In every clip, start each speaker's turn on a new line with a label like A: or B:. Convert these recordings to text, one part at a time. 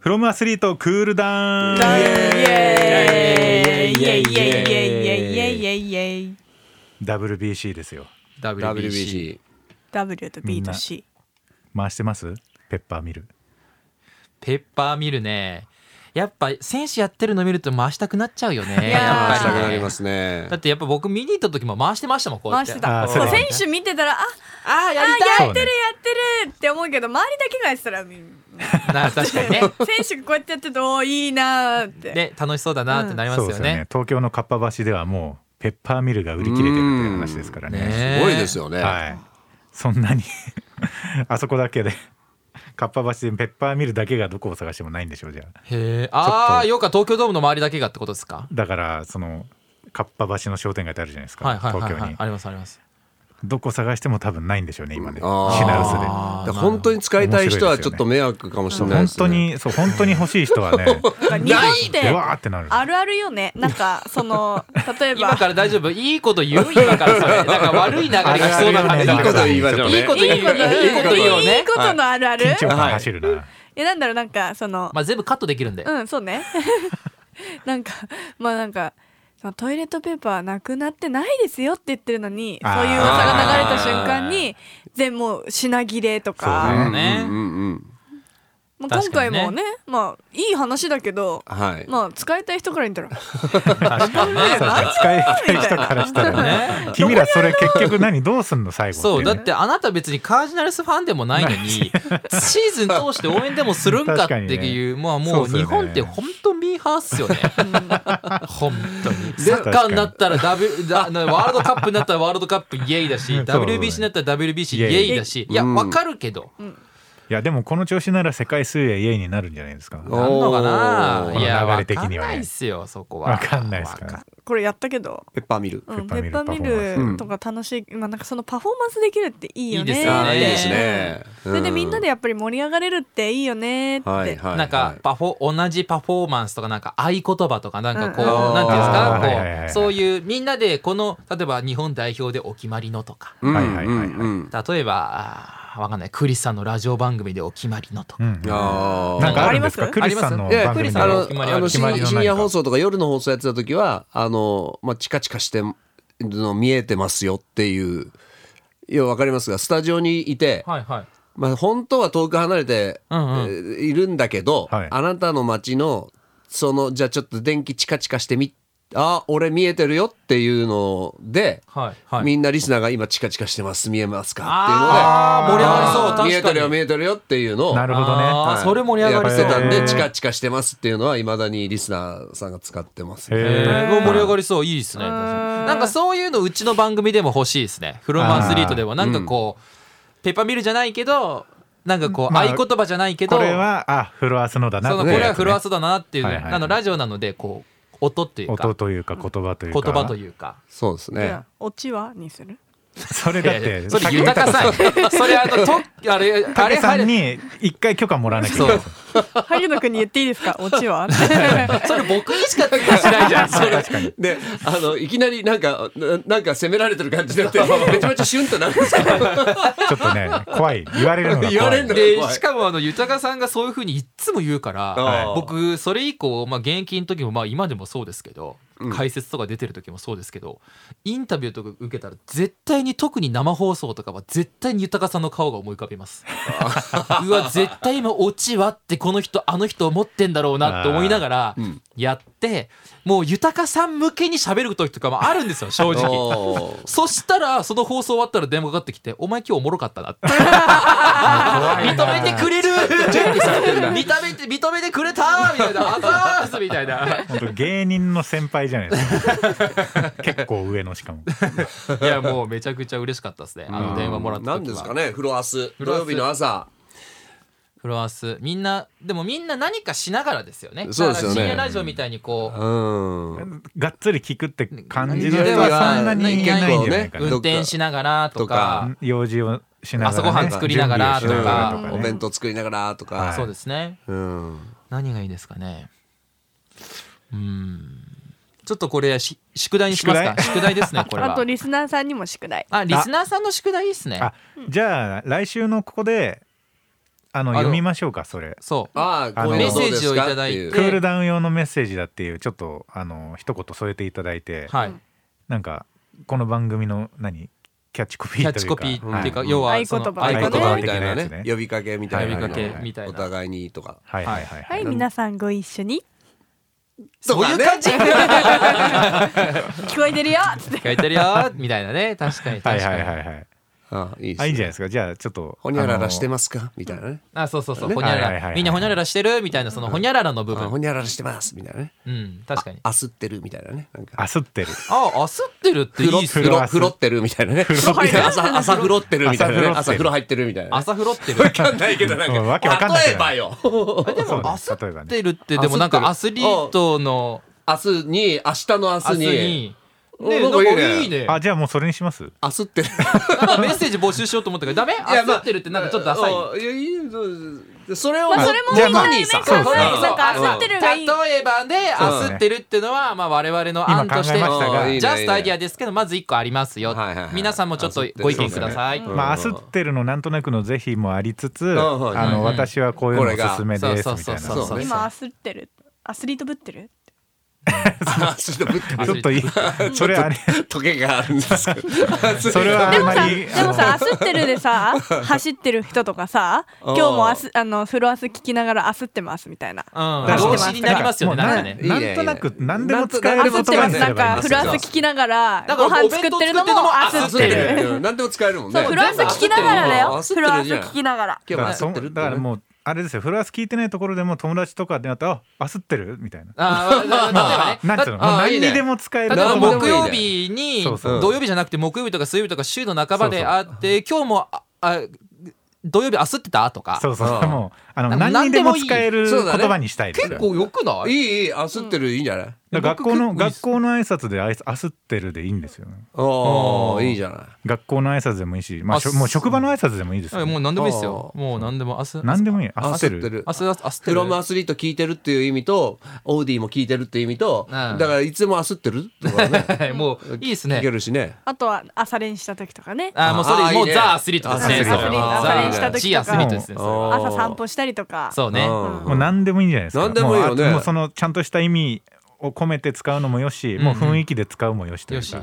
A: フロムアスリートクールダウン。WBC ですよ。
B: WBC
C: WBC
D: W と B と C
A: 回してます？ペッパーミル。
B: ペッパーミルねやっぱ選手やってるの見ると回したくなっちゃうよね
D: いやー
B: や
C: 回
B: っ
C: した
B: ぱり
C: く
B: ね
C: なりますね
B: だってやっぱ僕見に行った時も回してましたもんこうやっ
D: 回
B: て
D: して
A: あ
D: た
A: ーそう
D: そう
A: だね
D: 選手見てたらあ
B: あー
D: あ
B: やり
D: ー
B: たい
D: やってるやってるって思うけど周りだけがやってたらみん
B: な確か にね
D: な選手がこうやってやってておーいいなーって
B: ね楽しそうだなってなります
A: そう
B: よ
A: ですよ
B: ね
A: ね。東京のかっぱ橋ではもうペッパーミルが売り切れてるという話ですから
B: うん
A: ね。
B: ね
C: すごいですよね、
A: はい。そんなに あそこだけで。かっぱ橋でペッパーミルだけがどこを探してもないんでしょうじゃあ
B: へえあ
A: ちょっ
B: あ
A: と
B: よか東京ドームの周りだけがってことですか
A: だからそのかっぱ橋の商店街ってあるじゃないですか、
B: はいはいはい、
A: 東
B: は
A: 京
B: い
A: に、
B: ありますあります
A: どこ探しても多分ないんでしょうね今ね
C: あー
A: 品薄で
B: あー
C: だから本当に使いたい人はちょっと迷惑かもしれないで
A: 本
C: す
A: 当
C: ね。
A: にそう本当に欲しい人は ね
D: なんか日本って
A: うわーってなる
D: あるあるよねなんかその例えば
B: 今から大丈夫いいこと言う今からそれなんか悪い流れが来そうな感じだ
C: いい
B: か
C: こと
B: ら
C: 言いましょうね。
B: いいこと
D: いいこと
B: いいこといいよね
D: いいことのあるある、
A: 緊張
D: い、
A: 感走るな、
D: やなんだろうなんかその、
B: まあ全部カットできるんで、
D: うんそうね なんかまあなんかそのトイレットペーパーなくなってないですよって言ってるのにそう
A: あー
D: いう噂が流れた瞬間に全部もう品切れ
A: そ
D: と
A: うね
D: か
B: ね
C: うんうんうん
D: まあ、今回も
B: 確
D: ねまあいい話だけど、
C: はい。
D: まあ使いたい人から言ったら
B: 確かにね
A: そうそう使いたい人からしたらね
B: ね
A: 君らそれ結局何どうすんの最後
B: そう
A: ね
B: だってあなた別にカージナルスファンでもないのにシーズン通して応援でもするんかっていう、まあも
A: そううですよね
B: 日本って本当ミーハーっすよね 本当に
A: で
B: サッカーになったら、w、だなワールドカップになったらワールドカップイエイだし
A: そうそう
B: WBC になったら WBC イエイだしいや
C: うん
B: わかるけど、
A: いやでもこの調子なら世界水泳イエイになるんじゃないですか
C: お
B: なんのかな
C: おー
B: いや
A: この
B: わ
A: 流れ
B: か
A: 的
B: ん
A: にはね
B: ないっすよそこは
A: わかんないですから
B: わ
A: ね
B: ん
D: これやったけど、
C: ペッパーミル。
D: うん、
A: ペ
D: ペ
A: ッ
D: ッ
A: パ
D: パ
A: ー
D: ー
A: ミ
D: ミ
A: ル
D: ルとか楽しい、まあなんかそのパフォーマンスできるっていいよね
B: いいですよ
C: あ
B: ね
C: ーいいです
D: ね
C: ね。
D: それでみんなでやっぱり盛り上がれるっていいよねって、
C: はいはい。
B: なんかパフォ同じパフォーマンスとかなんか合言葉とかなんかこう
D: うん
B: なんていうんです
A: あー
B: かこう、
A: はいはいはい
B: そういうみんなでこの例えば日本代表でお決まりのとか
C: うん
A: は
C: う
A: いはいはいはい
C: ん
B: 例えばあーわかんないクリスさんのラジオ番組でお決まりのと
A: う
B: か、
A: ん
C: うん。あ
A: なんかあるんです
D: あ
A: か
D: り
A: クリ
D: ます
A: スさんの
C: いや
A: 番組
B: クリス
A: で
B: さ
C: あ
B: ん
C: の
B: 決まりは
C: あの
A: 決まりは何か
C: 深夜放送とか夜の放送やってた時はあの、まあ、チカチカしての見えてますよっていうようわかりますがスタジオにいて、
B: はいはい
C: まあ、本当は遠く離れて、
B: うんうん
C: えーいるんだけど、
A: はい
C: あなたの街のそのじゃあちょっと電気チカチカしてみあ俺見えてるよっていうので、
B: はいはい
C: みんなリスナーが今チカチカしてます見えますか
B: あ
C: って
B: ー
C: いうので
B: 盛り上がりそう確かに
C: 見えてるよ見えてるよっていうのを
A: なるほど
B: あ
A: ね
B: ーそれ盛り上がりそう
C: やってたん
A: へ
C: で
A: ー
C: チカチカしてますっていうのはいまだにリスナーさんが使ってます、
A: へ
C: ね、
B: え
A: ー
B: ー、盛り上がりそういいですねなんかそういうのうちの番組でも欲しいですね「フロムアスリート」でもなんかこう、ペッパーミルじゃないけどなんかこう、
A: まあ
B: 合言葉じゃないけど
A: これはあフロアスのだな
B: その
A: っ
B: こ
A: ていう
B: れは
A: やつね
B: フロアスだなっていう、
A: はいはいはい
B: あのラジオなのでこう音っていう
A: 音
B: か
A: というか言葉という
B: 言
A: か
B: 葉と
A: う
B: いうか。
C: そうです
D: じ
C: ね
D: ゃあオチはにする
A: それだっ
B: いやい
A: て
B: やそ
A: さっ
B: れ
A: き
B: 豊かさんそれあのとあれあ
A: 竹
B: れ
A: さん
B: 入れ
A: に一回許可もらわなきゃいけ
B: そ
A: な
B: う
A: い
D: 萩野君に言っていいですかオチは
B: それ僕にしか通過しないじゃんそれ
C: であのいきなりなんかななんか責められてる感じに なってめちゃめちゃシュンとなるんですけど
A: ちょっとね怖い言われるのが怖い
C: 言われんの
B: で
C: 怖い
B: しかもあの豊さんがそういうふうにいっつも言うから、
C: あー
B: 僕それ以降、まあ、現役の時も、まあ、今でもそうですけど、解説とか出てる時もそうですけどインタビューとか受けたら絶対に特に生放送とかは絶対に豊さんの顔が思い浮かびますうわ絶対今オチはってこの人あの人思ってんだろうなって思いながら
C: ん
B: やって、もう豊さん向けに喋る時とかもあるんですよ正直。
C: おー
B: そしたらその放送終わったら電話かかってきて「お前今日おもろかったな」って認めてくれる準備されてる認めて認めてくれたみたい な「あざーす」みたいな
A: 本当芸人の先輩じゃないです か結構上のしかも
B: いやもうめちゃくちゃ嬉しかったですねあの電話もらった時は
C: 何ですかねフロアス
B: ロ
C: 土
B: アス
C: 曜日の朝
B: フロアスみんなでもみんな何かしながらですよね
C: そうですよね
B: だから深夜ラジオみたいにこう、
C: うん
A: がっつり聞くって感じの
B: で
A: 人
B: は
A: はそんなにいないんじゃないかな
B: 運
C: ね
B: 転しながらとか
A: うん用事をしながら、ね、
B: 朝ごはん作りながらとか
A: 準備をしながら
C: お
A: ね
C: 弁当作りながらとか、
A: はい
B: そうですね
C: うん
B: 何がいいですかねうんちょっとこれし宿題にしますか宿題ですねこれ
D: あ
B: は
D: とリスナーさんにも宿題
B: あリスナーさんの宿題いいですね
A: あじゃあ来週のここであの
B: あの
A: 読みましょうかそれ
B: そう
C: ああ
A: あの
C: これはどうですか
B: メッセージをいただいて
C: って
A: クールダウン用のメッセージだっていうちょっとあの一言添えていただいて、
B: はい、
A: なんかこの番組の何キャッチコピー
B: キャッ
A: とい
B: チ
A: うか
B: コピーっていうか、
A: は
B: 要は
D: 合言
B: その
D: 葉
B: 合
C: 合
B: 言
C: 言
B: 葉
C: 葉
A: み
C: み
A: た
C: た
A: い
C: い
A: な
C: な
A: ね
C: ね呼びかけみたいな
A: 呼びかけ
B: みたいな
C: お互いにとか
A: はいはいはい、
D: はい皆さんご一緒に
B: そういう感じ
C: そうだね
D: 聞こえてるよつって
B: 書いてるよみたいなね確かに
A: は
B: 確
A: い
B: か
A: は
B: に、
A: いはいはい
C: あいいで
A: あ
C: すね
A: いいんじゃないですかじゃあちょっと
C: ほにゃら
A: あ
C: ら
A: の
C: してますかみたいなね
B: あそうそうそう、
C: ね
B: ほにゃらら、
A: はいはいはいはい
B: みんなほにゃららしてるみたいなそのほにゃららの部
C: あ
B: 分、
C: ほにゃららしてますみたいなね
B: うん確かに
C: あすってるみたいなねなんか
A: あすってる
B: ああすってるってい
C: 風呂
B: いっす
A: 風
C: 風
B: ね
A: 呂
C: 呂風呂ってるみたいなね
A: 呂入ってる
C: 朝朝風呂ってるみたいなね
A: 朝
C: 朝
A: 風
C: 風
A: 呂
C: 呂入ってるみたいなね
B: 朝風呂ってる
C: わかんないけどなん
A: うんわけわかん
C: か
A: ない
C: 例えばよ
B: で
A: そう
B: も
A: ね
B: あすっ
A: 例えばね
B: てるってでもなんかアスリートの
C: 明日に明日の明
B: 明
C: 日
B: 日
C: に
B: に
C: うん
B: ね
C: な
B: なん
C: ん
B: か
C: かいいね
B: いいね
A: あじゃあもうそれにします
C: 明日ってる
B: なんかメッセージ募集しようと思ったけどダメ
C: いやま
B: あすってるってなんかちょっとダ サい
C: うんいやいいよそうですそれを
D: まあそれ も
A: じゃあまあ
C: 元にさ
A: そうそう
D: そうなんか焦ってるがいい
B: 例えばで「あすってる」っていうのはまあ我々の
A: 今
B: 案
A: 考え
B: と
A: ま
B: して
A: したが、
C: うんいいね
B: ジャストアイディアですけどまず1個ありますよ
C: はいはいはい
B: 皆さんもちょっとご意見ください
C: そうですね
A: まあ、あすってるのなんとなくの是非もありつつ、
C: んうん
A: あ
B: うん
A: の私はこういうの
C: こ
A: お
C: れが
A: すすめですみたいな
B: そうそうそう
C: そうそう
D: 今焦ってるアスリートぶってる
C: あちょっとぶっ
A: ちょっといいそれ あれ
C: トゲがあるんですけど
A: それはあ
D: で
A: ん
D: も
A: ま
D: さ
A: り
D: でもさ焦ってるでさ走ってる人とかさ今日もあすあのフロアス聞きながら焦ってますみたいな
B: うん
A: だから
B: 動詞になりますよね
A: だ
B: なん
A: から
B: かね
A: もう
C: な
A: なんな
C: かね
A: んとなく
C: いいねいいね
A: 何でも使える
D: 焦
A: 言
D: っ
A: 葉
D: てま
A: に
D: す
A: す
D: な
A: れ
D: ん
A: ばいいん
D: か
A: で
D: フ
A: す
D: ロ
A: よ
D: アス聞きながら
B: だか
D: ご
B: らお
D: 飯
B: 弁
D: 作っ
B: 当
D: てるのも
B: 作
D: 焦
B: っ
D: ってて
B: る
D: る
C: うん何でも使えるもん
D: そ
C: ね
D: うフロアス聞きながらだよ
C: 焦って
D: フロア
C: る
D: ス
C: じゃん
D: 聞きながら
A: だ
C: 今日
A: か
C: は
A: らそ
C: 焦
A: ん
C: ってる
A: だからもうあれですよフロアス聞いてないところでも友達とかでなったらあ焦ってるみたいな
B: あーまあまあ例えばね
A: なんていうの
B: だ
A: もう
B: あーい
A: 何
B: いね
A: にでも使え
B: 例
A: る
B: え
C: だ
B: ば
C: からも
A: 言
C: う
B: 木
A: 葉
B: 曜日に
A: そうそう
B: 土曜日じゃなくて木曜日とか水曜日とか週の半ばで
A: そうそう
B: あって今日もああ土曜日あすってたとか
A: そうそう
C: う
A: そうんもうあの
B: なんか
A: 何にでも使える
C: 何でもいい
A: 言
C: そうだね
A: 葉にしたいです
B: 結
A: よ
B: 構よくない
C: い
B: い
C: いいい焦ってるいいんじゃない
A: だから学校の
B: 僕結構いいっ
A: 学
B: す
A: 校の挨拶であい焦ってるでいいんですよね
C: おーいいじゃない
A: 学校の挨拶でもいいしまあしょ
B: あそう
A: もう職場の挨拶でもいいですよ
B: や
A: ね
B: もう何でもいいですよもう何でも明日
A: 何でもいい
C: 焦
A: 焦ってる
B: 明日明日明日
C: フロムアスリート聞いてるっていう意味とオーディも聞いてるっていう意味と、
B: ん
C: だからいつも焦ってるとかね
B: はいもういいです
C: 聞
B: ね
C: けるしね
D: あとは朝練した時とかね
B: あーもうそれ
C: あー
B: も
C: いういね
B: ザアスリートですね
A: アスリートア
B: そう
A: スリー
C: ト
B: ザ
C: アスリートした時とか
B: ジアスリートですねそ
C: あ
B: れ
C: ー
D: 朝散歩したりとか
B: そうね
C: うん
A: もう何でもいいんじゃないですか。
C: 何でもいいよね
A: もうあもうそのちゃんとした意味を込めて使うのもよし、もう雰囲気で使うもよしとい
B: よ
A: う
B: し
A: か。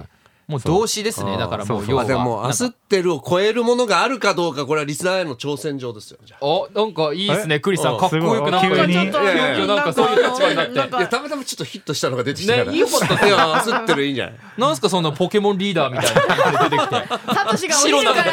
B: もう動詞ですねだからも
A: そう
B: う
A: そう
B: 要
C: まあ
B: は
C: でももう焦ってるを超えるものがあるかどうかこれはリスナーへの挑戦状ですよじゃ
B: おなんかいいですねクリスさん
C: え
B: かっこよくなん
A: すごい急
B: か
A: に
B: いやいやいやなんかそういう立場になって
D: なん
C: あいや
D: か
C: たまたまちょっとヒットしたのが出てきたから
B: ねよかったね
C: いや焦ってるいいんじゃない
B: なんすかそのポケモンリーダーみたいな感じで出てきて
D: サトシが降りるからって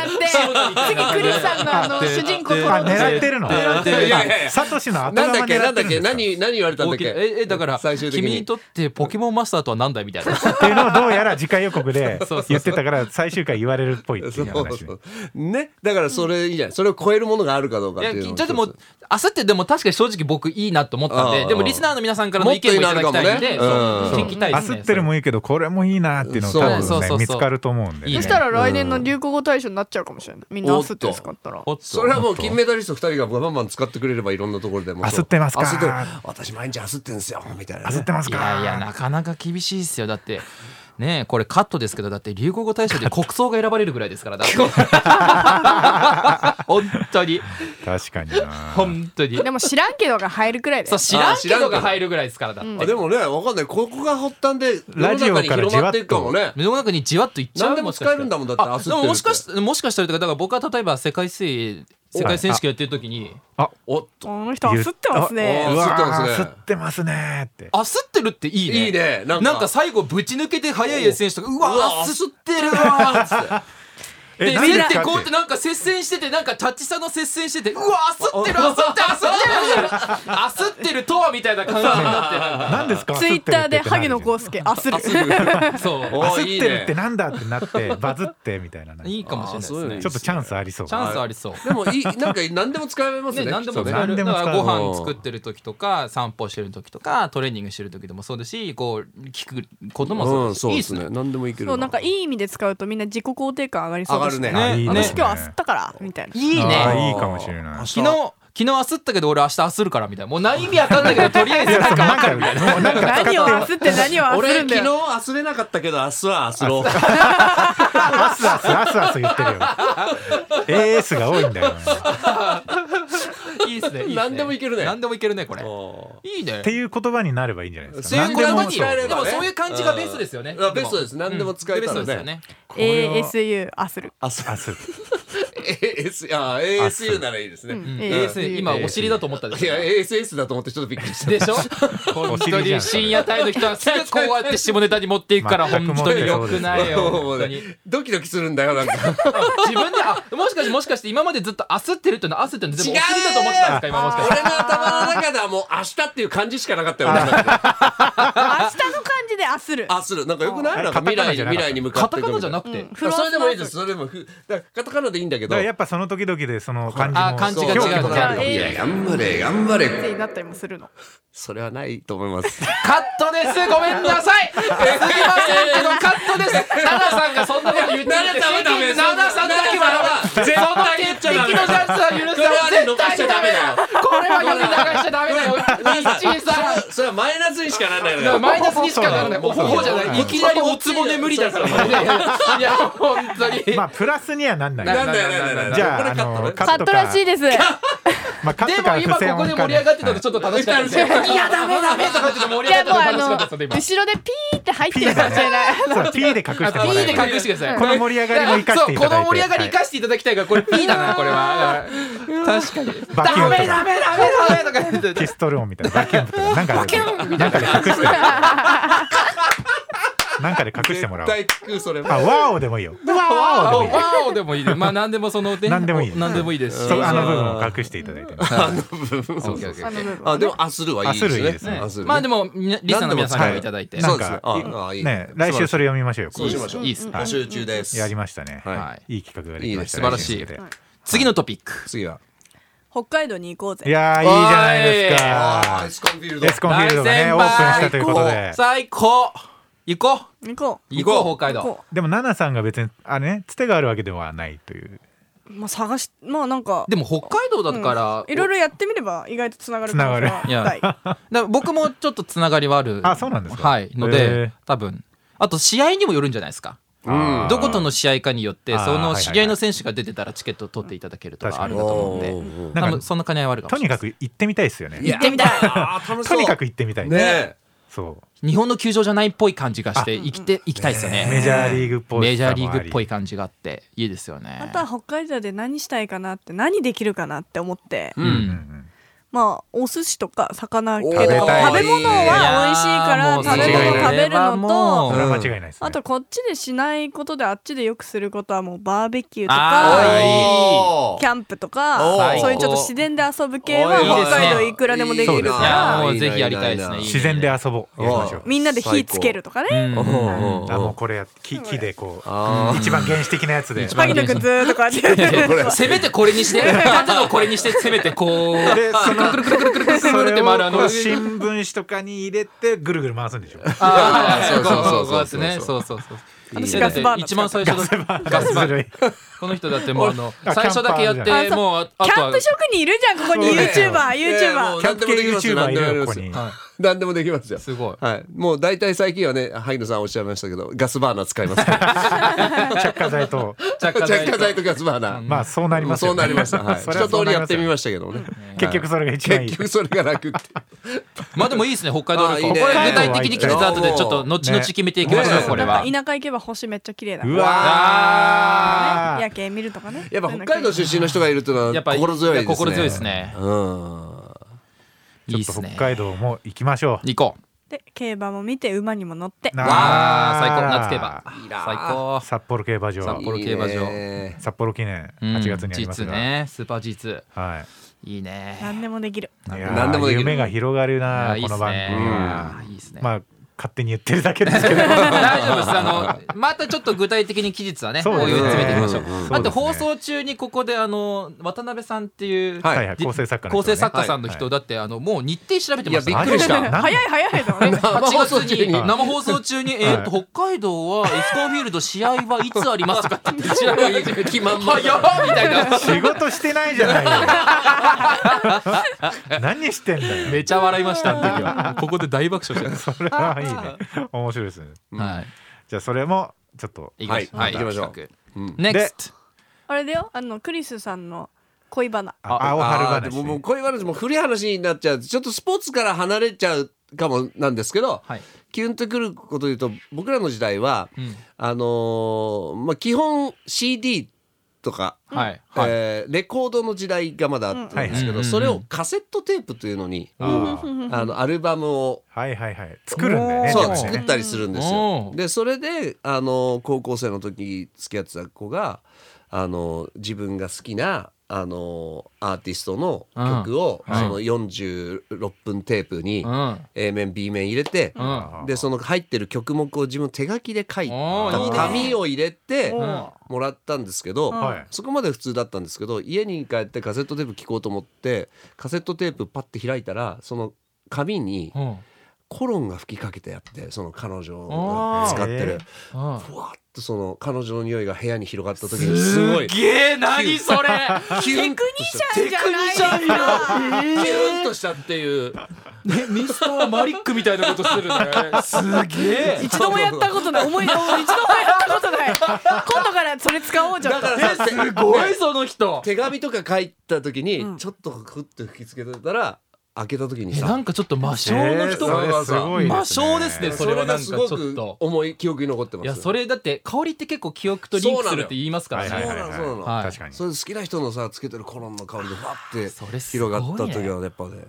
D: 次クリスさんのあの主人 公
A: あ
D: と
A: 狙ってるの。
B: 狙ってる
C: いやいやいや
A: サトシの
C: なん
A: 頭
C: だ
A: ま
C: っけ
A: で狙
C: な
A: っ
C: ん
A: て
C: だ
A: るん
C: っ
A: で すか。
C: け
A: っ
C: 何何言われたんだっけ
B: ええだから
C: 最終的
B: 君に
C: に
B: とってポケモンマスターとは何だいみたいな
A: ていうのをどうやら次回予告で
B: そうそう
A: 言ってたから最終回言われるっぽいって
C: そ
A: いうう
C: そう
A: 話
C: そう ねだからそれいいじゃないそれを超えるものがあるかどうかっ
B: い
C: て
B: や
C: いうのが
B: じゃあでもあさってでも確かに正直僕いいなと思ったん
C: あ
B: で
C: あ
B: でもリスナーの皆さんからの意見もいただきたいんで
C: もっといいのあるかもね
B: そう
A: そう
B: 聞きたいですね
A: 焦ってるもいいけどこれもいいなっていうのが多
B: そう
A: 分
B: そうそ
A: ね
B: う
A: 見つかると思うんでね。
B: いいね
D: そしたら来年の流行語大賞になっちゃうかもしれないみんな焦って使ったら
B: おっと
C: それはもう金メダリスト2人がバンバン使ってくれればいろんなところでもう
A: 焦ってますか
C: 焦ってる私毎日焦ってんですよみたいなね、
A: 焦ってます
B: い
A: か。
B: やいやなかなか厳しいですよだってねえこれカットですけどだって流行語大賞で国葬が選ばれるぐらいですからだって本当に
A: 確かにな。
B: 本当に
D: でも知らんけどが入るくらいで
B: そう知らんけ
C: あ知らんけ
B: ど
C: ど
B: が入るぐらいですからだって、
C: あでもねわかんないここが発端で
A: ラジオから
C: 世の中に広まっていくかもね
B: 世の中にじわっといっちゃう
C: 何でも使えるんだもんだって
B: あ
C: 焦って
B: で
C: る
B: ももしか
C: て
B: してもしかしたらというかだから僕は例えば世界水泳世界選手権やってる時に
C: おっと
D: この人焦ってますね
A: うわー
C: 焦ってますね
A: 焦ってますねって。
B: あすってるっていいね
C: いいね
B: な
C: なんん
B: か
C: か
B: 最後ぶち抜けて速い選手とかうわ
C: うわ
B: あすってるわーっつって
A: え
B: で
A: なんで
B: 競っ
A: か
B: てこうやってなんか接戦しててなんかタッチ差の接戦しててうわあすってるあすってるあすってるあすってるとはみたいな感じになっ
A: なんですか。
D: ツイッターで萩野
A: こ
D: 公
A: う。
D: 介焦る
B: てるそう
C: お
A: 焦
C: い
A: っ
C: い
A: てるって
C: ね
A: なんだってな ってバズってみたいななんか
B: いいかもしれないです
C: あそういうのい
B: ね
C: い
A: ちょっとチャンスありそう
B: チャンスありそう
C: でもいいなんか何でも使えますね
B: ね、何でも
C: きっと
B: 使
C: ね
A: 何
B: える、
A: で
B: だ
A: も
B: か
A: 使える
B: らご飯作ってる時とか散歩してる時とかトレーニングしてる時でもそうですしこう聞くこともそう
C: う
B: で
C: ん
B: すし、
C: そう
B: いい
C: で
B: っす
C: す
B: ね
C: ね何でもいける
D: そうなんかいい意味で使うとみんな自己肯定感上がりそう
C: 上
D: だし
C: がる
A: あいいね
D: 私今日焦ったからみたいない
B: い
A: あ
B: ね
A: ーいいかもしれない
B: 昨日昨日焦ったけど俺明日焦るからみたいなもう何意味わかんないけどとりあえずなんかわかるみたいな
D: 何を焦って何を焦
C: 俺
D: るん
C: 昨
D: だ
C: 日
D: よ
C: 忘れなかったけど明日は焦ろう
A: あすあすあすあす言ってるよ AS が多いんだよ
B: っすね。いいっすね
C: 何でもいけるね
B: 何でもいけるねこれ。
C: おー
B: いいね
A: っ。ていう言葉になればいいんじゃないです
C: そ
A: か
C: ういう
A: 何で
C: 言葉
A: も
C: に
A: そう
C: 使えれば
B: でもそういう感じがベストですよね
C: うんあベストです何でも使えたらね
B: うんベストですよね。
A: れは
D: ASU アスル
C: あそう
A: あ そう
C: AS あ ASU ならいいですね、
D: うん
B: うん
D: ASU
B: AS 今お尻だと思ったで
C: い
B: しょ
C: や。ASS だと思ってちょっとびっくりした
B: でしょ本当に深夜帯の人はすぐこうやって下ネタに持っていくから
A: 全く
B: 本当に良くないよ
C: も
B: 本
C: う
B: 当に
C: ねドキドキするんだよなん か
B: 自分であもしかしてもしかして今までずっと焦ってるっていうのは焦ってるの全部お尻だと思ってたんですか今もしかして
C: 俺の頭の中ではもう明日っていう感じしかなかったよ俺の中で
D: 明日の漢字でアスル
C: あするなんかよくない
A: あ
C: なんか未
A: カタカ
C: 来
A: ナ
C: に
A: じゃな
C: 未
A: かった
C: 来に向か
B: カ
C: って
B: タ
C: いく
B: カナ
C: み
B: じ
C: た
B: ゃ
C: いな
B: なくて
D: うん
C: それでもいいですそれでもふだからカタカナでいいんだけ
A: だ
C: ど
A: からやっぱその時々でその漢字も
B: あ漢字が違う
A: 表記
B: 違う
A: も変わるかもし
D: 違う
C: い
A: れな
C: や
A: い
C: 頑張れ頑張れ
D: ってになったりもするの
C: それはないと思います
B: カットですごめんなさいすみませんけどカットです奈々さんがそんなこと言ってるって
C: 奈々さんはダメです
B: 奈々さんだけは
C: 絶対言っち
B: 絶
C: ゃダメ
B: 対敵のジャンスは許
C: これは
B: さ
C: ね
B: ない
C: 伸
B: 絶
C: ばしちゃダメだよ
B: 対にダメだよこれは世に流しちゃダメだよ一
C: それ
B: さん
C: はそれはマイナスにしかならないの
B: だから
C: よ
B: マイナスにしかならない。
A: そ
B: ほ
A: うそう
B: ほじゃない。いきなりおつぼね無理だから。いやいやいや本当に。
A: まあプラスにはなんない
C: なんだよなんだよなんだよ
A: じゃああ
C: これ
A: のカ
C: カ
A: ッ
C: ッ
D: カ
A: ト
D: ッ
A: か
D: トらしいです
A: まあカッ
B: で
A: トか
B: も
A: ら
B: 今
A: 付箋
B: こ
A: を
B: こで盛り上がってたのちょっと楽しかったですね。いやダメダメとかって盛り
D: い
B: 上
D: やもう
B: が
D: あ
B: ってたの
D: の
B: 楽しかったです
D: 後ろでピーって入ってるかもしれない
A: そう P で隠してもら
B: 今。P
A: え
B: で
A: ば
B: 隠してください。
A: この盛り上がりも生かしていただいて
B: そうこの盛り上がり生かしていただきたいからこれ P だなこれは。確かに。
A: バキュン
B: ダメダメダメダメとか言って
A: ピストル音みたいなバキュンとかなんかでなんかで隠してなんかで隠してもらおう
C: 絶対聞くそれ
A: あワオでもいいよ
B: ワ
A: ワオでもいい
B: オワオでもいいです。まあ何でもそのね
A: 何でもいい
B: 何でもいいですし。
A: そうあの部分を隠していただいて
C: あの部分
B: そうそうそう
D: あの部分
C: あ
D: は
C: で
D: ね
C: もアスルはいい
A: アスルいい
C: で
A: ですす
C: ね
A: ね
C: アスル
B: まあでもみなリスナーの皆さんからいただいて。
A: はい
C: そうですね
A: な
C: ああいい
A: ね来週それ読みましょうよ
C: そうしましょう
B: いいですね
C: 募集中です
A: やりましたね
C: はい
B: はい
A: いい企画ができました
C: いいです
B: 素晴らしい
A: 来週に向けて
B: 次のトピック。
C: 次は
D: 北海道に行こう
A: い
D: ぜ
A: やーいいじゃないです
C: あ
A: か
C: エスコンフィールド
A: エスコンフィールドがねオ
B: 大
A: ー
B: 先輩
A: プンしたということで
B: 最高行こう
D: 行こう
B: 行こう北海
D: 行
B: 道
D: こ
A: でも奈々さんが別にあれねつてがあるわけではないという
D: うまあ探しまあなんか
B: でも北海道だから、
D: いろいろやってみれば意外とつながる可能性は
A: つ
B: ながる
D: 高い
B: だ僕もちょっとつながりはある
A: あそうなんですか
B: はいの
A: へ
B: で
A: え
B: 多分あと試合にもよるんじゃないですか
A: うん
B: どことの試合かによって
A: あー
B: そ
A: はいはい
B: の
A: はい
B: 知り合いの選手が出てたらチケットを取っていただけると
A: 確
B: か
A: か
B: あ
A: に
B: るんだと思うん
C: おー
A: な
B: で
A: ん
B: 多
A: か
B: 分そんな兼ね合いはあるかも
A: と
B: しれ
A: に
B: ない
A: かく行ってみたいですよね
D: 行ってみたい
C: あー楽しそ
A: と
C: う
A: にかく行ってみたい
C: ねえ
A: そう
B: 日本の球場じゃないっぽい感じがして行きて行きたいですよね
A: メジャーリーグっぽい
B: メジャーリーグっぽい
A: さ
B: 感じがあっていいですよね
D: あとは北海道で何したいかなって何できるかなって思って、
A: もあり
B: うん
D: まあお寿司とか魚系
C: お
D: の
C: ー
D: 食べ物は
C: 食べ物
B: いやー
D: 美味しいから
B: もう
D: 食べ
A: それ
D: 物
A: は
D: 食べるの
B: もう
A: そ
D: と
A: れは間違いないですね
D: あとこっちでしないことであっちでよくすることはもうバーベキューと
B: あ
D: か
C: おー
D: キャンプと
C: お
D: か
C: ー
D: そういうちょっと自然で遊ぶ系は
C: おーいいですね
D: 北海道いくらでもでき
A: そ
D: る
A: うです
B: い
A: ね
D: か
B: や
D: ら
B: もうぜひやりたいですね。
C: いい
A: 自然で遊ぼうやりましょう
D: みんなで火つけるとかね
B: うん
C: おーおー
A: あもうこれや木木でこ
C: あ
A: う一番原始的なやつでで
D: 萩野くんずーっと こうやって
C: これ
B: せめてこれにして、縦のこれにして、せめてこう。
A: そのそ
B: くるっ
A: れ
B: て回るあ
A: を
B: の
A: こう新聞紙とかに入れてぐるぐる回すんでしょ
B: ああ、
C: そうそうそうそう
B: こやってねそうそうそう。
D: 私ガスバーナー
B: 一番最初だガスバーナー
A: 類
B: この人だってもうあの
A: あ
B: 最初だけやっ
A: キ
D: ャン
B: て
D: パー
B: もうあ
D: キャン
B: は
D: プ職人いるじゃんここに
A: そうだよ
D: YouTuberYouTuber
A: キャンプ系 YouTuber いるよここに
B: はい
C: 何でもできますよ
B: すごい
C: はいもう大体最近はね萩野さんおっしゃいましたけどガスバーナー使いますから
A: 着火剤と
B: 着火
C: 着
B: 剤
C: 火
B: と
C: 剤とガスバーナー
A: まあそうなり
C: もう
A: ます
C: そう
A: よね
C: なりましたはい
A: それは
C: 一
A: そ
C: 通
A: うなり
C: りや
A: ま
C: っ
A: す
C: て
A: よ
C: みましたけどね
A: 結局それが一番い
C: 結
A: い
C: 局それが楽って
B: まあでもいいですね北海道
C: あー
B: 旅
C: いい
B: 行
C: ね
B: これ具体的に決めた後でちょっと後々
A: ね
B: 決めていきましょう
C: ね
B: これ
D: なんか
B: は
D: 田舎行けば星めっちゃ綺麗だか
A: う
D: ら
A: わ
D: ね
A: ー
D: 夜景見るとかね
C: やっぱ北海道出身の人がいるっていうの
B: や
C: は
B: っぱ
C: 心強いですね
B: 心強いですね
C: うん
A: ち
B: いい
A: ょ
B: で
A: っと
B: すね
A: 北海道も行きましょう
B: 行こう
D: で競馬も見て馬にも乗って
A: な
B: わあ最高夏競馬
C: いいな
B: 最高
A: 札幌競馬場
B: 札幌競馬場
C: いいね
A: 札幌記念
B: うん
A: 8月にありますが、
B: G2 ねスーパー G2
A: はい
B: いいね
D: 何でもできる
A: いやー
C: 何でもできる
A: 夢が広がるな
B: あーいい
A: こ
B: っす
A: の
B: ね
A: 番組は、
B: うんいいっすね
A: まあ勝手に言ってるだけですけど
B: 大丈夫ですあの またちょっと具体的に期日はね
A: そうで
B: お
A: す
B: 湯
A: ね
B: 詰めていきましょう
A: うんうんうん
B: あと放送中にここであの渡辺さんっていう
C: はい
A: はいはい構成作家の人ね
B: 構成作家さんの人だってあのもう日程調べてました
C: いやびっく
A: りした
D: 早い早いだね
C: 生
B: 8
C: 放送
B: 月
C: 中に
B: に生放送中に、えー、と北海道はエスコンフィールド試合はいつあります かって調べ始めて
C: 気満々
B: 早っみたいな
A: 仕事してないじゃないよ 何してんだよ
B: めちゃ笑いましたあの 時はここで大爆笑してます、
A: それはいいね面白いですね
B: はい
A: じゃあそれもちょっと
B: 行きましょう、
C: はい行きましょう
B: 企画
C: うん
B: NEXT
D: あれだよあのクリスさんの恋バナ
A: あ青春
C: あーで
A: 話
C: も
A: ね、
C: もうこういう話も古い話になっちゃうちょっとスポーツから離れちゃうかもなんですけど、
B: はい
C: キュンとくること言うと僕らの時代は、
B: うん
C: あのーまあ、基本 CD とか、
B: はいはい
C: えーレコードの時代がまだあったんですけど、
B: うんはい
C: それをカセットテープというのに、
A: あー
C: あのアルバムを
A: はいはいはい作るんだよね
B: おー
A: で
C: そう
A: も
C: 作
A: ね
C: ったりするんです
B: お
C: よ。
B: ー
C: でそれであの高校生の時付き合ってた子があの自分が好きなあのアーティストの曲を
B: うん
C: その46分テープに
B: うん。
C: A 面 B 面入れて
B: う。ん。
A: ん
C: でその入ってる曲目を自分手書きで書い
B: おーいい
C: た
B: ね
C: 紙を入れて
B: ん
C: もらったんですけど、
A: はい
C: そこまで普通だったんですけど家に帰ってカセットテープ聴こうと思ってカセットテープパッて開いたらその紙に
B: うん。うん。
C: コロンが吹きかけてあってその彼女が使ってるふわっとその彼女の匂いが部屋に広がった時にすごい
B: すげえ何それ
C: キュンとした
D: テクニシャンじゃない
C: キュンとしたっていう
B: ねミスターマリックみたいなことするね。すげえ。
D: 一度もやったことない思い出も一度もやったことない今度からそれ使おうちょ
C: だ
D: っと
C: からさ
B: すごいその人。
C: 手紙とか書いた時
D: う
C: に
D: ん
C: ちょっとふって吹きつけてたら開けた時に
B: えな
C: さ
B: んかちょっと魔性の人
C: えーが
B: が
A: それすごい
B: 魔性ですねそれはなんかちょっと
C: それがすごく重い記憶に残ってます
B: いやそれだって香りって結構記憶とリンクするって言いますから
C: そう
A: はい
C: な
A: はいはい
C: の
B: ね。
C: そうなの、
B: はい
A: 確かに
C: それ好きな人のさつけてるコロンの香りでわって
B: それすごい
C: 広
B: ね
C: がった時はやっぱね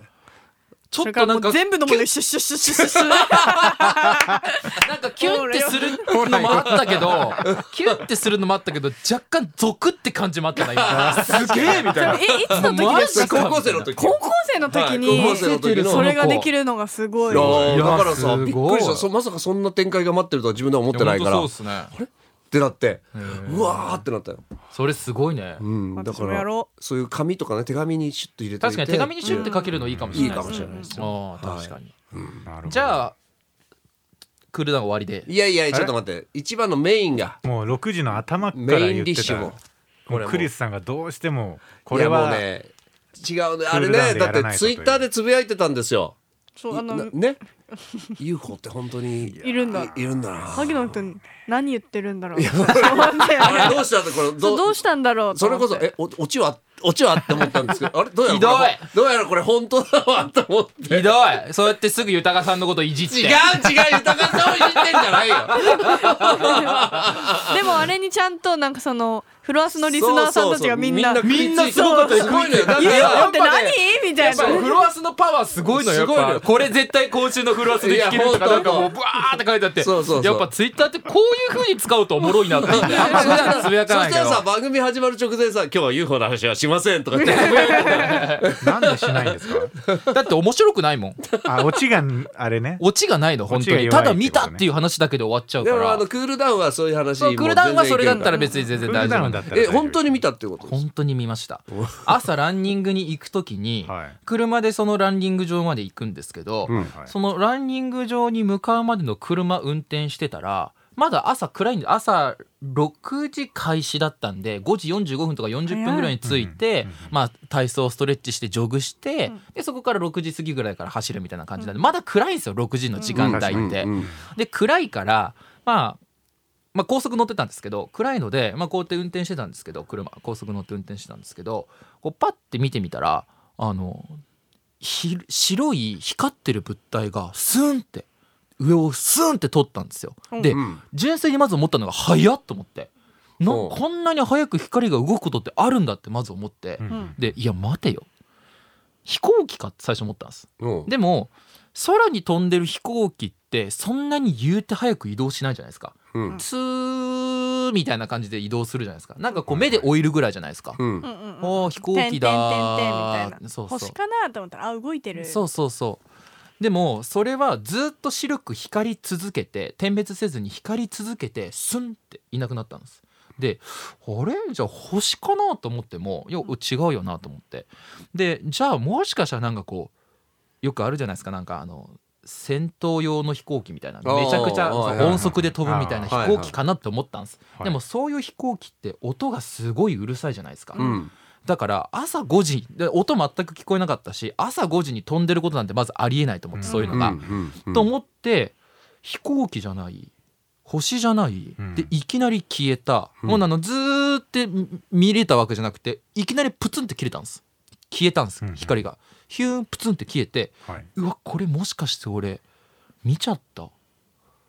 B: ちょっとなんか
D: 全部のものシュッシュッシュッシュッシュッシュッ
B: なんかキュンってするのもあったけど、キュンってするのもあったけど、若干ゾクって感じもあったな今。すげえみたいな。
D: えいつの時です
B: マジ
D: か
B: か
C: 高校生の時
D: 高校生の時に
C: はい高校生の時の
D: それができるのがすごい
C: いやー
B: いや
C: だからさ
B: すごい
C: びっくりしたそまさかそんな展開が待ってるとは自分では思ってないから
B: や本当そうですね。
C: ってなってうわーってなったよ、
B: それすごいね。
C: うん、だ
D: 私
C: か
D: もや
C: ら
D: ろ
C: そういう紙とかね手紙にシュッと入れておい
B: 確
C: て
B: かに手紙にシュって書けるのいいかもし
C: い
B: れ
C: い
B: ない
C: か
B: です
C: もしれ
B: ね。
C: ないですよ、
B: ああ確かに。
A: なるほど
B: じゃあクールダウン終わりで。
C: いやいやちょっと待って一番のメインが
A: もう6時の頭から
C: メイ
A: 言
C: ン
A: っ
C: ディッ
A: て
C: シ
A: た
C: ュも
A: もう
C: も
A: クリスさんがどうしてもこれ
C: いや
A: は
C: もうね違うね
A: ク
C: あ
A: ー
C: れ
A: ルダウン
C: ね
A: で
C: だ
A: や
C: っ
A: らないとという
C: てツイッターでつぶやいてたんですよ
D: うそうあ
C: な
D: の
C: ね UFO って本当にい
D: いるんだ
C: いるんだな
D: 萩野君何言ってるんだ ろうそう思って
C: あれどうしたってこれ
D: そうど
C: ど
D: う
C: う
D: したんだろうと
C: それ
D: 思っ
C: こ
D: て
C: そえおオチはオチはって思ったんですけどあれどうやら
B: ひどい
C: これどうやらこれ本当だわと思って
B: ひどい。そうやってすぐ豊さんのこといじって。
C: 違う違う豊かさんをいじってんじゃないよ
D: でもあれにちゃんとなんかそのフロアスのリスナーさんたちがみんな「
C: そうそうそうみんな
B: みんなすごかったよ
C: すごいのよだって
D: ユーロって
C: やっぱ
D: 何?
C: ね」
D: みたいな
B: そうフロアスのパワーすごいのよや
C: す
B: っ
C: ごいの
B: ぱ
C: よ
B: これ絶対今週のフロアスで聞けるとか
C: いや
B: なんかもう
C: 本当
B: ブワーって書いてあって
C: そうそうそう
B: やっぱツイッターってこういう風に使うとおもろいなって思って普段つぶや
C: そ
B: かない
C: し
B: け
C: たら
B: ど
C: さ番組始まる直前さ「今日は UFO の話はしません」とか って
A: なんでしないんですか
B: だって面白くないもん
A: あオチがあれね
B: オチがないの本当
A: オチ
B: に
A: が弱いって
B: た
A: ことね
B: だ見たっていう話だけで終わっちゃうか
C: でもあ
B: ら
C: のクールダウンはそういう話
B: そうクールダウンはそれだったら
C: 別
B: 別に全
A: ク
B: 然
A: ール
B: 大
A: ダ
B: 丈
A: ウ
B: 夫
A: ンだったら
C: え本当に見たっていうことです
B: 本当に見ました朝ランニングに行く時に
A: はい
B: 車でそのランニング場まで行くんですけど、
C: うん
A: はい
B: そのランニング場に向かうまでの車運転してたらまだ朝暗いんで朝6時開始だったんで5時45分とか40分ぐらいに着いて、まあ、体操ストレッチしてジョグして、でそこから6時過ぎぐらいから走るみたいな感じなんでまだ暗いんですよ6時の時間帯って。
C: うんうん
B: で暗いから、まあ、まあ高速乗ってたんですけど暗いので、まあ、こうやって運転してたんですけど車高速乗って運転してたんですけどこうパッて見てみたらあのひ白い光ってる物体がスンって上をスンって通ったんですよ。で
C: ん
B: 純粋にまず思ったのが早っと思ってな
C: おう
B: こんなに早く光が動くことってあるんだってまず思って、
A: うん
D: うん
B: でいや待てよ飛行機かって最初思ったんです。
C: うん
B: でも空に飛んでる飛行機ってそんなに言うて早く移動しないじゃないですか。
C: うん
B: ツーみたいな感じで移動するじゃないですか。なんかこう目で追えるぐらいじゃないですか。
C: うん
D: うんうんうん
B: おー飛行
D: てんてんてんてんみ
B: 機だ
D: たいな
B: ーそうそう
D: 星かなと思ったらあ動いてる
B: そうそうそう。でもそれはずっと白く光り続けて点滅せずに光り続けてスンっていなくなったんです。であれじゃあ星かなと思ってもいや違うよなと思ってでじゃあもしかしたらなんかこうよくあるじゃないですかなんかあの戦闘用の飛行機みたいな
C: あー
B: めちゃくちゃ
C: はいはいはい
B: 音速で飛ぶみたいな
C: あーはい
B: 飛
C: はい
B: 行機かなって思ったんです、
A: はい
B: でもそういう飛行機って音がすごいうるさいじゃないですか、
C: うん
B: だから朝5時で音全く聞こえなかったし朝5時に飛んでることなんてまずありえないと思って、
D: うん
B: そういうの
C: うん
B: が。
C: うん
B: と思って飛行機じゃない星じゃない、
A: うん
B: でいきなり消えた、
C: うん
B: もうあのずーーって見れたわけじゃなくていきなりプツンって切れたんです消えたんです
A: うんうん
B: 光がヒューンプツンって消えて
A: はい。
B: うわこれもしかして俺見ちゃった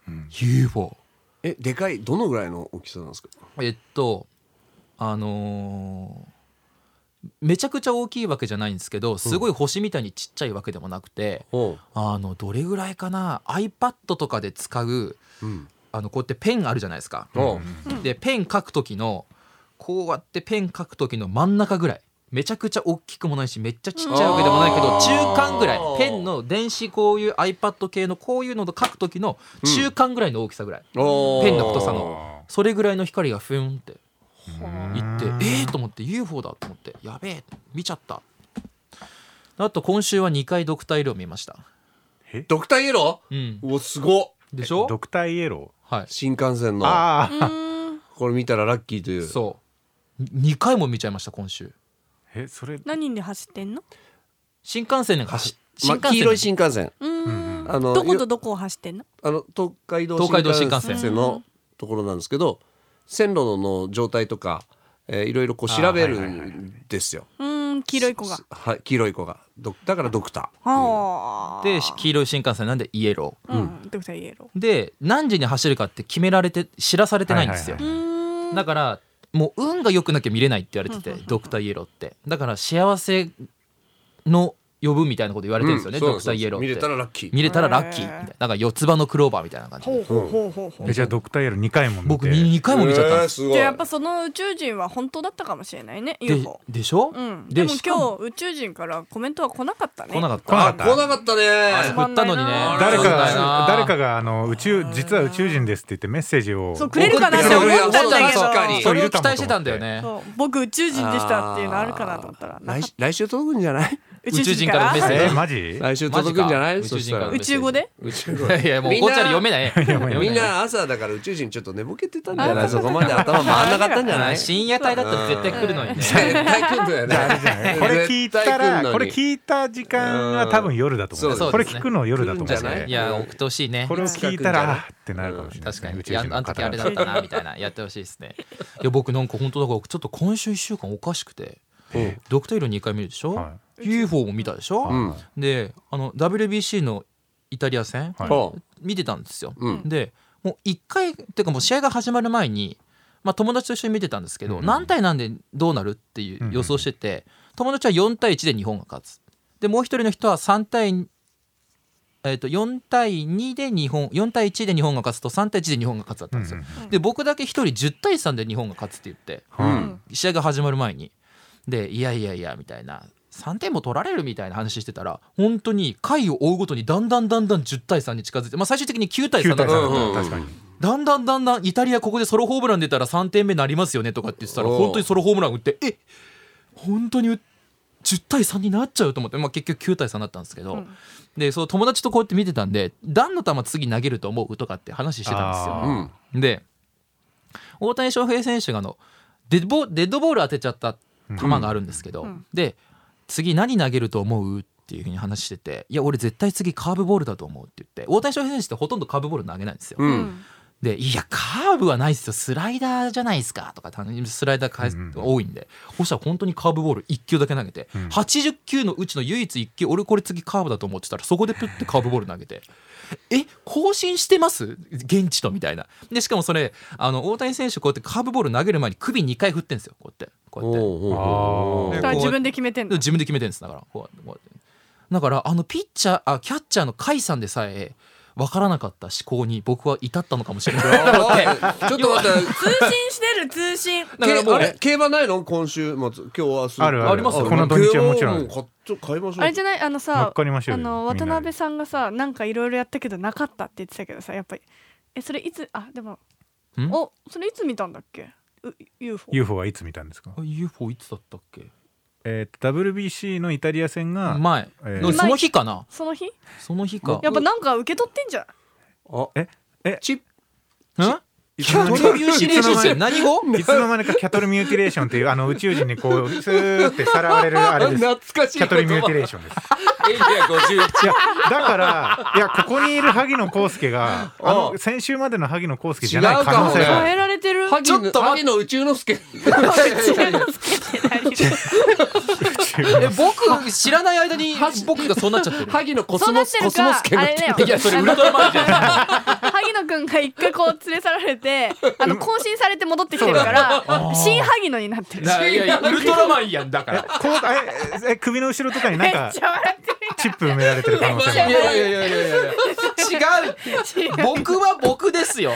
A: うん
B: UFO
C: えでかいどのぐらいの大きさなんですか
B: えっとあのーめちゃくちゃ大きいわけじゃないんですけどすごい星みたいにちっちゃいわけでもなくて、
C: ほ
B: あのどれぐらいかな iPad とかで使う
C: う、うん、
B: あのこうやってペンあるじゃないですか。
C: おう
D: うん
B: でペン書く時のこうやってペン書く時の真ん中ぐらいめちゃくちゃ大きくもないしめっちゃちっちゃいわけでもないけ
C: あ
B: ど
C: ー
B: 中間ぐらいペンの電子こういう iPad 系のこういうのと書く時の中間ぐらいの大きさぐらい、
C: おう
B: ペンの太さのそれぐらいの光がふんっていって
A: うん
B: えー、と思って UFO だと思ってやべえ見ちゃったあと今週は2回ドクターイエロー見ました
C: ドクターイエロ
B: うん
C: ーうおすごっ
B: でしょ
A: ドクターイエロ
B: はい
C: 新幹線
A: ー。
C: の
D: う
A: ああ。
D: ーん
C: これ見たらラッキーという
B: そう2回も見ちゃいました今週
A: え、それ。
D: 何で走ってんの
B: 新幹線で走っ
C: ま
B: 新幹
C: 黄
B: 線
C: 色い
B: で
C: 新幹線
D: うーん
C: あの
D: どこ
C: よ
D: とどこを走ってんの
C: あの東海道
B: 東海道新幹線
C: 新のところなんですけど線路の状態とか、えーいろいろこう調べる
A: あはいはいはいはい
C: んですよ、
D: うーん黄色い子が
C: はい、黄色い子がどだからドクター
D: はあ
B: で黄色い新幹線なんでイエロー
D: うんドクターイエロ
B: で何時に走るかって決められて知らされてないんですよ、
A: はい
D: ー
A: は
D: うーん
B: だからもう運が良くなきゃ見れないって言われてて、
D: うんうんうん
B: ドクターイエローってだから幸せの呼ぶみたいなこと言われてるんですよね、
C: そう
B: ドクターイエローって
C: 見れたらラッキー
B: 見れたらラッキーみたいななんか四つ葉のクローバーみたいな感じ
D: ほうほうほうほうほう
A: え、じゃあ、ドクターイエロー二回も見て。
B: 僕2回も見ちゃったんです、
C: えーすごい
D: じゃあやっぱその宇宙人は本当だったかもしれないね UFO
B: ででしょ、
D: うんでも
B: しか
D: 今日宇宙人からコメントは来なかったね
B: 来なか
A: 来な
B: った
A: か
C: あ
A: っ
C: 来
A: た
C: なかったね
D: あ
B: 振ったのにね
A: 誰か
B: そうだよ
A: が
B: な
A: 誰かがあの宇宙実は宇宙人ですって言ってメッセージを
D: そうくれるかなって思ったんだけど
B: 送ってきて
C: 確かに
B: それを期待してたんだよね
D: そう僕宇宙人でしたっていうのあるかなと思ったらな
C: 来
D: かっ
C: 来週届くんじゃない
D: た宇
B: 宇宙人からメッセージ
A: えーマジ
C: 来週届くんじゃない
B: マジか
C: そしたら
B: 宇宙
D: 宇宙
B: 人から
D: 語で
B: 宇宙いやいやもう
C: みんな
B: こっちは読めない読めない
C: みんな朝だから宇宙人ちょっと寝ぼけてたんじゃな
D: あ
C: いそこまで頭回んなかったんじゃ
B: あ
C: な
B: ー
C: い
B: 深夜帯だったら絶対来るのにね
C: 絶対来んだよね
A: これ聞いた
C: 絶対来ん
A: ら
C: のに
A: これ聞いた時間は多分夜だと思う
C: そうですね
A: これ聞くの夜だと思うんで
C: 来るんじゃない
B: や送ってほしいね
A: これを聞いた
C: うん
A: らあーってなるかもしれないで
B: 確
A: す
B: か
A: ね
B: に
A: 宇
B: い
A: 宙
B: や
A: 人の
B: あの時
A: 方
B: あれだ
A: 々
B: ったな みたいなやってほしいですねいや僕なんか本当だからちょっと今週1週間おかしくて
C: うん
B: ドクターイエロー2回見るでしょ、
A: は
B: UFO も見たでしょ、
A: うん
B: であの WBC のイタリア戦、
A: はい
C: ほ
B: 見てたんですよ、
C: ううん
B: でもう1回っていうかもう試合が始まる前に、まあ、友達と一緒に見てたんですけど、
A: うんうん
B: 何対何でどうなるっていう予想してて、友達は4対1で日本が勝つでもう一人の人は3対、えー、と4対2で日本4対1で日本が勝つと3対1で日本が勝つだったんですよ、で僕だけ1人10対3で日本が勝つって言って
A: うん
C: う
A: うんん
B: 試合が始まる前にでいやいやいやみたいな3点も取られるみたいな話してたら本当に回を追うごとにだんだんだんだん10対3に近づいて、まあ、最終的に9対3だ
A: 9
B: っ
A: 対
B: たんです
A: 3だった確
C: うん
B: よ
A: かに
B: だんだんだんだんイタリアここでソロホームラン出たら3点目になりますよねとかって言ってたら
C: おう
B: 本当にソロホームラン打ってえ本当に打っ10対3になっちゃうと思って、まあ、結局9対3だったんですけど、
D: うん
B: でその友達とこうやって見てたんで「段の球次投げると思う?」とかって話してたんですよ。
A: あ
C: うん
B: で大谷翔平選手があのデッドボデッドボール当てちゃった球があるんですけど、
D: うん
B: で次何投げると思うっていうふうに話してて「いや俺絶対次カーブボールだと思う」って言って大谷翔平選手ってほとんどカーブボール投げないんですよ。
C: う
D: うんん
B: で「いやカーブはないですよスライダーじゃないですか」とかスライダーかえ
A: うんうん
B: 多いんでそしたら本当にカーブボール1球だけ投げて、
A: ん
B: 80球のうちの唯一1球俺これ次カーブだと思ってたらそこでプッてカーブボール投げて「え更新してます現地と」みたいなでしかもそれあの大谷選手こうやってカーブボール投げる前に首2回振ってんですよこうやってこうやって。
C: おうおうおうおう
A: あ
D: だ
A: ー
D: から自分で決めてんの
B: 自分で決めてるんですだからこうこうやってだからあのピッチャーあキャッチャーの甲斐さんでさえ分からなかった思考に僕は至ったのかもしれない なと思って
C: ちょっと待って
D: 通信してる 通信
B: だからもう
C: あれ競馬ないの今週末今日明日
A: あるある
B: ありますよ
A: この土日はもちろん
C: 競馬を買っちゃ買いましょう
D: あれじゃないあの
A: 乗
D: さ
A: っかりましょう
D: あ
A: よ
D: の
A: み
D: 渡
A: んなで
D: 辺さんがさなんかいろいろやったけどなかったって言ってたけどさやっぱりえそれいつあでも
B: ん
D: おそれいつ見たんだっけう UFO
A: UFO はいつ見たんですか
B: あ UFO いつだったっけ
A: えーと WBC のイタリア戦が
B: 前、
A: え
B: の
A: ー
B: その日かな
D: その日
B: その日か
D: やっぱなんか受け取ってんじゃん
C: あ
A: ええ
C: チップ
B: んキャトルミューシレーションって何語
A: いつの間にかキャトルミューティレーションっていうあの宇宙人にこうスーってさらわれるあれです
C: 懐かしい
A: キャトルミューティレー
C: シ
A: ションですい
B: 1951
A: やだからいやここにいる萩野公介があ
C: う
A: の
C: ん
A: 先週までの萩野公介じゃない可能性
C: 違うか
A: が
C: も
A: あ
D: 変
A: る
D: えられてる
C: 萩
B: ちょっと待っ
C: 野の宇宙之助
B: え僕知らない間に僕がそうなっちゃってる
C: 萩野コス
D: そうな
C: モ
D: っ
C: ス
D: てる
C: コスモ
D: か
C: スケ
D: あれ だよ
B: いやそれウルトラマンじゃん
D: 萩野くんが一回こう連れ去られ てあの更新されて戻ってきてるから新萩野になってる
B: ないやいやウルトラマンやんだから
A: こうええ首の後ろとかになんか
D: めっちゃ笑ってる
A: チップ埋められてる可能
B: い
A: 性
B: や
A: も
B: いやいやいやいや いや違う僕は僕ですよ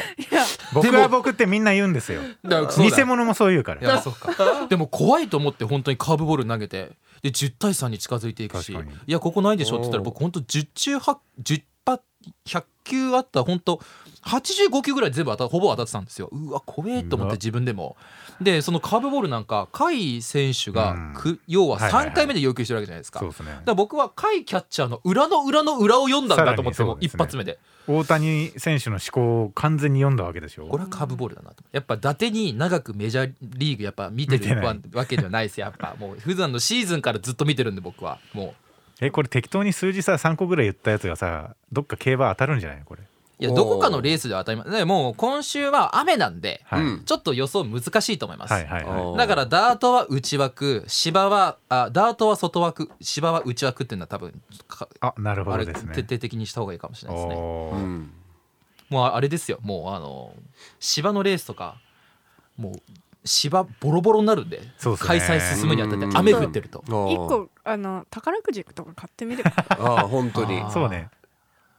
A: 僕は僕ってみんな言うんですよ
B: だからそうだ
A: 偽物もそう言うから
B: いやそうかでも怖いと思って本当にカーブボール投げてで10対3に近づいていくし
A: 確かに
B: いやここないでしょって言ったら僕本当10中8 10発100球あった本当85球ぐらい全部当たほぼ当たってたんですようわ怖えと思っ
A: うわ
B: て自分でもでそのカーブボールなんか甲斐選手がく、
A: う
B: 要は
A: はいはいはい
B: 3回目で要求してるわけじゃないですか、
A: そうですね
B: だから僕は甲斐キャッチャーの裏の裏の裏を読んだんだと思って
A: さらにそう
B: もう
A: です
B: 一
A: ね
B: 発目で
A: 大谷選手の思考を完全に読んだわけでしょ
B: これはカーブボールだなとやっぱ伊達に長くメジャーリーグやっぱ見て
A: 見て
B: る
A: ない
B: わわけではないですよやっぱもう普段のシーズンからずっと見てるんで僕はも
A: えこれ適当に数字さ3個ぐらい言ったやつがさどっか競馬当たるんじゃないのこれ、
B: ういやどこかのレースでは当たり前ねもう今週は雨なんで
A: はい
C: うん
B: ちょっと予想難しいと思います、
A: はいはいは
C: お
B: だからダートは内枠芝はあダートは外枠芝は内枠っていうのは多分か
A: いあなるほ
B: あ
A: ど
B: れ
A: です
B: 徹
A: ね
B: 底的にした方がいいかもしれないですね
A: お
C: う
A: ー
C: ん
B: もうああれですよもうあの芝のレースとかもう芝ボロボロになるんで
A: そうっすね
B: 開催進むにあたって
C: うん
B: 雨降ってると
C: あー
D: 一個あの宝くじとか買ってみる
C: ああ本当に
B: あー
A: そうね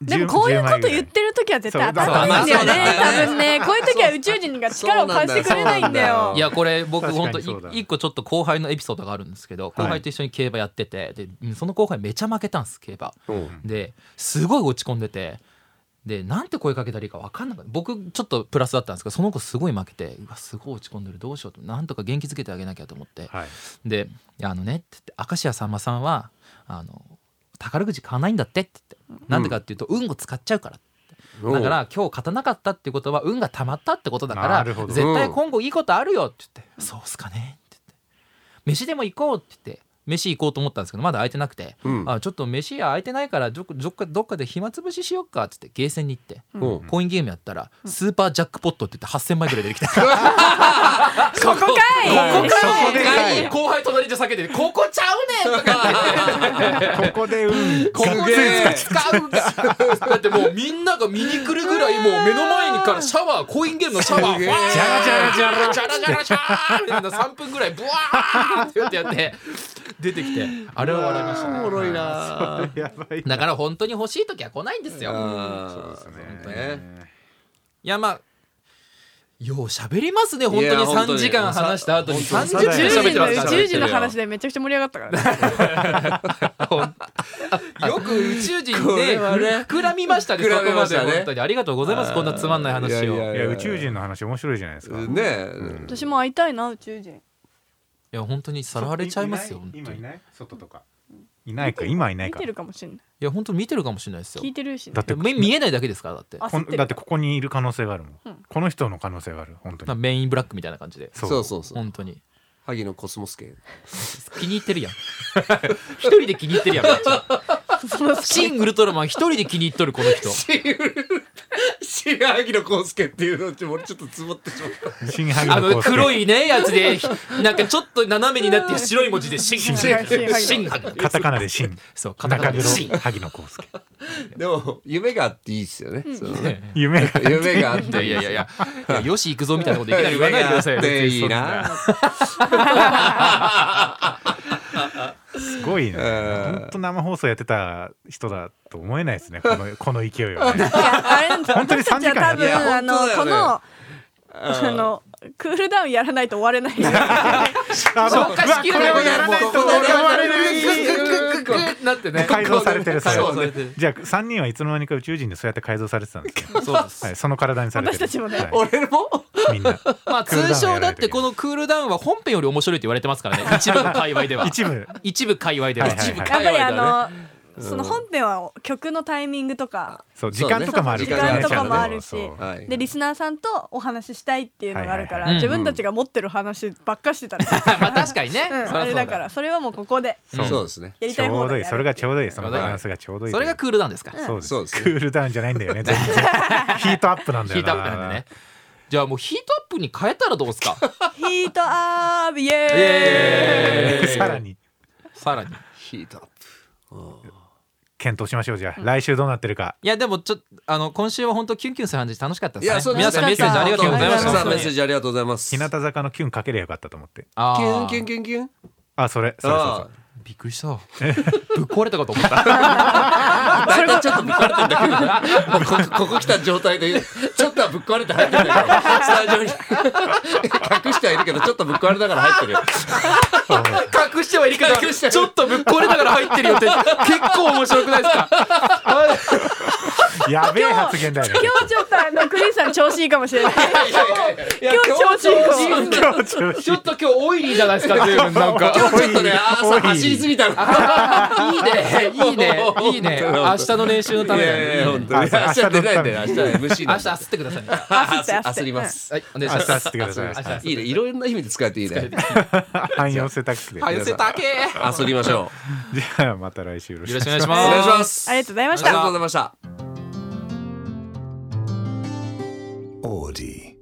D: でもこういうこ
A: 10
D: と言ってる時は絶対当た
A: そ
D: っ
A: う
D: てないんだよね
C: まあ
D: 多分ねこういう時は宇宙人が力を貸してくれないんだよ
B: いやこれ僕
A: 確か
B: 本
A: に
B: 当い
A: そうだ
B: 一個ちょっと後輩のエピソードがあるんですけど後輩と一緒に競馬やっててでうんその後輩めちゃ負けたんです競馬
C: うん
B: ですごい落ち込んでてでなんて声かけたらいいか分かんなかった僕ちょっとプラスだったんですけどその子すごい負けてうわすごい落ち込んでるどうしようとなんとか元気づけてあげなきゃと思って
A: はい
B: で「いやあのね」って言って「明石家さんまさんはあの宝くじ買わないんだって」って言ってなんでかっていうと運を使っちゃうからってだから今日勝たなかったってことは運がたまったってことだか
A: な
B: ら
A: るほど
B: 絶対今後いいことあるよって言って「そうっすかね」って言って「飯でも行こう」って言って飯行こうと思ったんですけどまだ空いてなくて「
C: うん
B: あちょっと飯空いてないからどっかどっかどっかで暇つぶししよっか」って言ってゲーセンに行って。
C: うんうん
B: コインゲームやったらスーパージャックポットって言って8000枚ぐらい出てきた ここか
D: い
B: ここか
A: そこでかい
B: い後輩隣で叫んで「ここちゃうねん!」とか
A: ここで運
B: ここ
C: すげえ
B: で使うだってもうみんなが見に来るぐらいもう目の前にからシャワーコインゲームのシャワー
C: すげえ
B: わー
A: ジャラジャラジャラ
B: ジャラジャラジャーみたいな3分ぐらいブワーってやってやって出てきてあれは笑いましたね
C: おもろいなー
A: やばい
B: だから本当に欲しい時は来ないんですよ
C: あー
A: そう
C: 本
A: です
C: 当に
A: ね
C: ね
B: いやまあよう喋りますね本
C: いや
B: 当に
C: 本当
B: 3
C: に
B: 時間話した後に
C: 本
B: 30
C: 当
B: 分
C: に
D: 10
B: 喋っ
D: 時
B: て
D: の
B: ます
D: 宇
B: から
D: 宙人の話でめちゃくちゃ盛り上がったからね
B: よく宇宙人
C: これ
B: ね
C: はね
B: 膨らみましたね
C: 膨
B: そ
C: ら
B: こ
C: みま
B: ま
C: し
B: で
C: たね
B: 本当にありがとうございますこんなつまんない話を
C: いやいや
A: いや宇宙人の話面白いじゃないですか
C: ねえ
D: 私も会いたいな宇宙人
B: いや本当にさらわれちゃいますよ本当
A: 今
B: に
A: い
B: い
A: ない外とかいないか今いない
D: 見
A: か
D: てるかもしれない
B: や本当見てるかもしれないですよ
D: 聞いてるしね
A: だって
B: 目見えないだけですからだって
D: あ
A: こん
D: 焦ってる
A: だってここにいる可能性があるもん、
D: うん
A: この人の可能性がある本当
B: まあ
A: に
B: メインブラックみたいな感じで
A: そ
C: そうそうそう
B: 本当に
C: 萩野コスモスケ
B: 気に入ってるやん一人で気に入ってるやんめっちゃシン・ウルトラマン一人で気に入っとるこの人
C: 知ら萩野コスケっていうのって俺ちょっとつぼってしまった
A: 新萩
B: あ
A: 野
B: の
A: 公介
B: 黒いねやつでひなんかちょっと斜めになって白い文字でシン・シン・
D: シン
B: シン
A: カタカナで新
B: そうカタカ
A: 中
B: ナで
A: 黒
B: シン
A: 萩野公 介
C: でも夢があっていいですよねそのね
A: 夢が
C: 夢があっ
B: いや
C: て
B: い
C: い
B: や
C: い
B: いやいやよし行くぞみたいなこといきなり言わないでくださいよ
C: 夢があっていいな
A: すごいね
C: うん
A: 本当生放送やってた人だと思えないですねこのこの勢いは ね
D: いやあれなんですよ
A: 本当に
D: 私たちは多
A: い
C: や
D: 分あの
C: 本当
D: こ
C: だよ
D: のあのクールダウンやらないと終われないんですよ
A: あもう
B: 消化しき
A: うわこれ
B: れ
A: を
B: ない
A: やらないと
C: もうこ
A: 俺
C: れをや
A: は
C: ら
A: わ
C: ない
A: れる
B: クックックなってね
A: 改造されてるそれ
B: 改造されてる
A: じゃあ3人はいつの間にか宇宙人でそうやって改造されてたんですよ
B: そうです
A: はい、その体にされてる
D: 私たちもね
A: はい
C: 俺も
A: みんな
B: まあ
A: クールダウン
B: 通
A: やら
B: 称
A: な
B: だ
A: い
B: っ
A: といけない
B: てこのクールダウンは本編より面白いって言われてますからね一部の界隈では
A: 一部
B: 一部界隈では
A: はいはいはい
D: やっぱりあのその本編は曲のタイミングとか、
A: そう時
C: そうね
A: 間とかもある
D: 時
A: から
D: 間
A: ね
D: とかもあるし
A: そうそう
C: はい
D: でリスナーさんとお話ししたいっていうのがあるか
A: はい
D: ら
B: はいはい
D: 自分たちが持ってる話ばっかしてたら、
B: まあ確かにね、
D: うん
B: そりゃ
D: あれ
B: そうだ
D: だからそれはもうここで
C: そうそうですね
D: やり
A: ち
D: たい
A: ょ
D: 方
A: うどいいそれがちょうどいいそのバランスがちょうどいい
B: それがクールダウンですか、
A: そうです
C: そうですね
A: クールダウンじゃないんだ よね全然ヒートアップなんだ
B: ヒ
A: よ
B: ートアップなんでねじゃあもうヒートアップに変えたらどうですか
D: ヒートアップイエーイ
B: えー
A: さらに
B: さらに
C: ヒートアッ
A: 検討しましょうじゃあ来週どうなってるか
B: いやでもちょっとあの今週は本当キュンキュンする感じ楽しかった
C: プ
B: ですね
C: うですね
B: 皆さんメッセージありがとうございま
C: 皆
B: した
C: さ
B: 本
C: ん
B: 当
C: メ
B: に
C: ッセージありがとうございます
A: 日向坂のキュンかけりゃよかったと思って
B: あ
C: キュ
B: ー
C: ンキュンキュンキュン
A: あそれそれそうそ
C: あ
A: う
B: びっくりしたぶっ壊れたかと思った
C: あ大体ちょっとぶっ壊れてんだけどもうここここ来た状態でちょっとはぶっ壊れて入ってるんだけどスタジオに 隠してはいるけどちょっとぶっ壊れながら入ってる
B: 隠してはいるけど
C: 隠してはいる
B: ちょっとぶっ壊れながら入ってるよって結構面白くないですか
A: やべえ発言だよね
D: 今日ちょっとあのクリスさん調子いいかもしれない
B: 今
D: 今日調子いいかもしれない
A: 今日中
B: ちょっと今日オイリーじゃないです か随分なんか
C: ちょっとね朝走りすぎたの
B: いいねいいねいいね明日の練習のため
C: い
B: だ
C: やいや
B: ね
C: 本当に明
A: 明日
C: 日出ないんだよ明日は MC
B: 明
C: なん
B: 日
C: だ
B: あすってくださいね
D: 焦って
C: 焦ります
B: はいお願いします
A: 明日焦ってください
B: 明日焦って
C: いいねいろんな意味で使えていいね
A: 汎用性タックで
B: はい寄せたけ
C: 遊びましょ
A: じゃあまた来週よろし
B: よ
A: く
B: ろしくお願いし
C: うお
B: ます
C: 願いします
D: ありがとうございま
C: あり
D: した
C: がとうございました
E: Audi.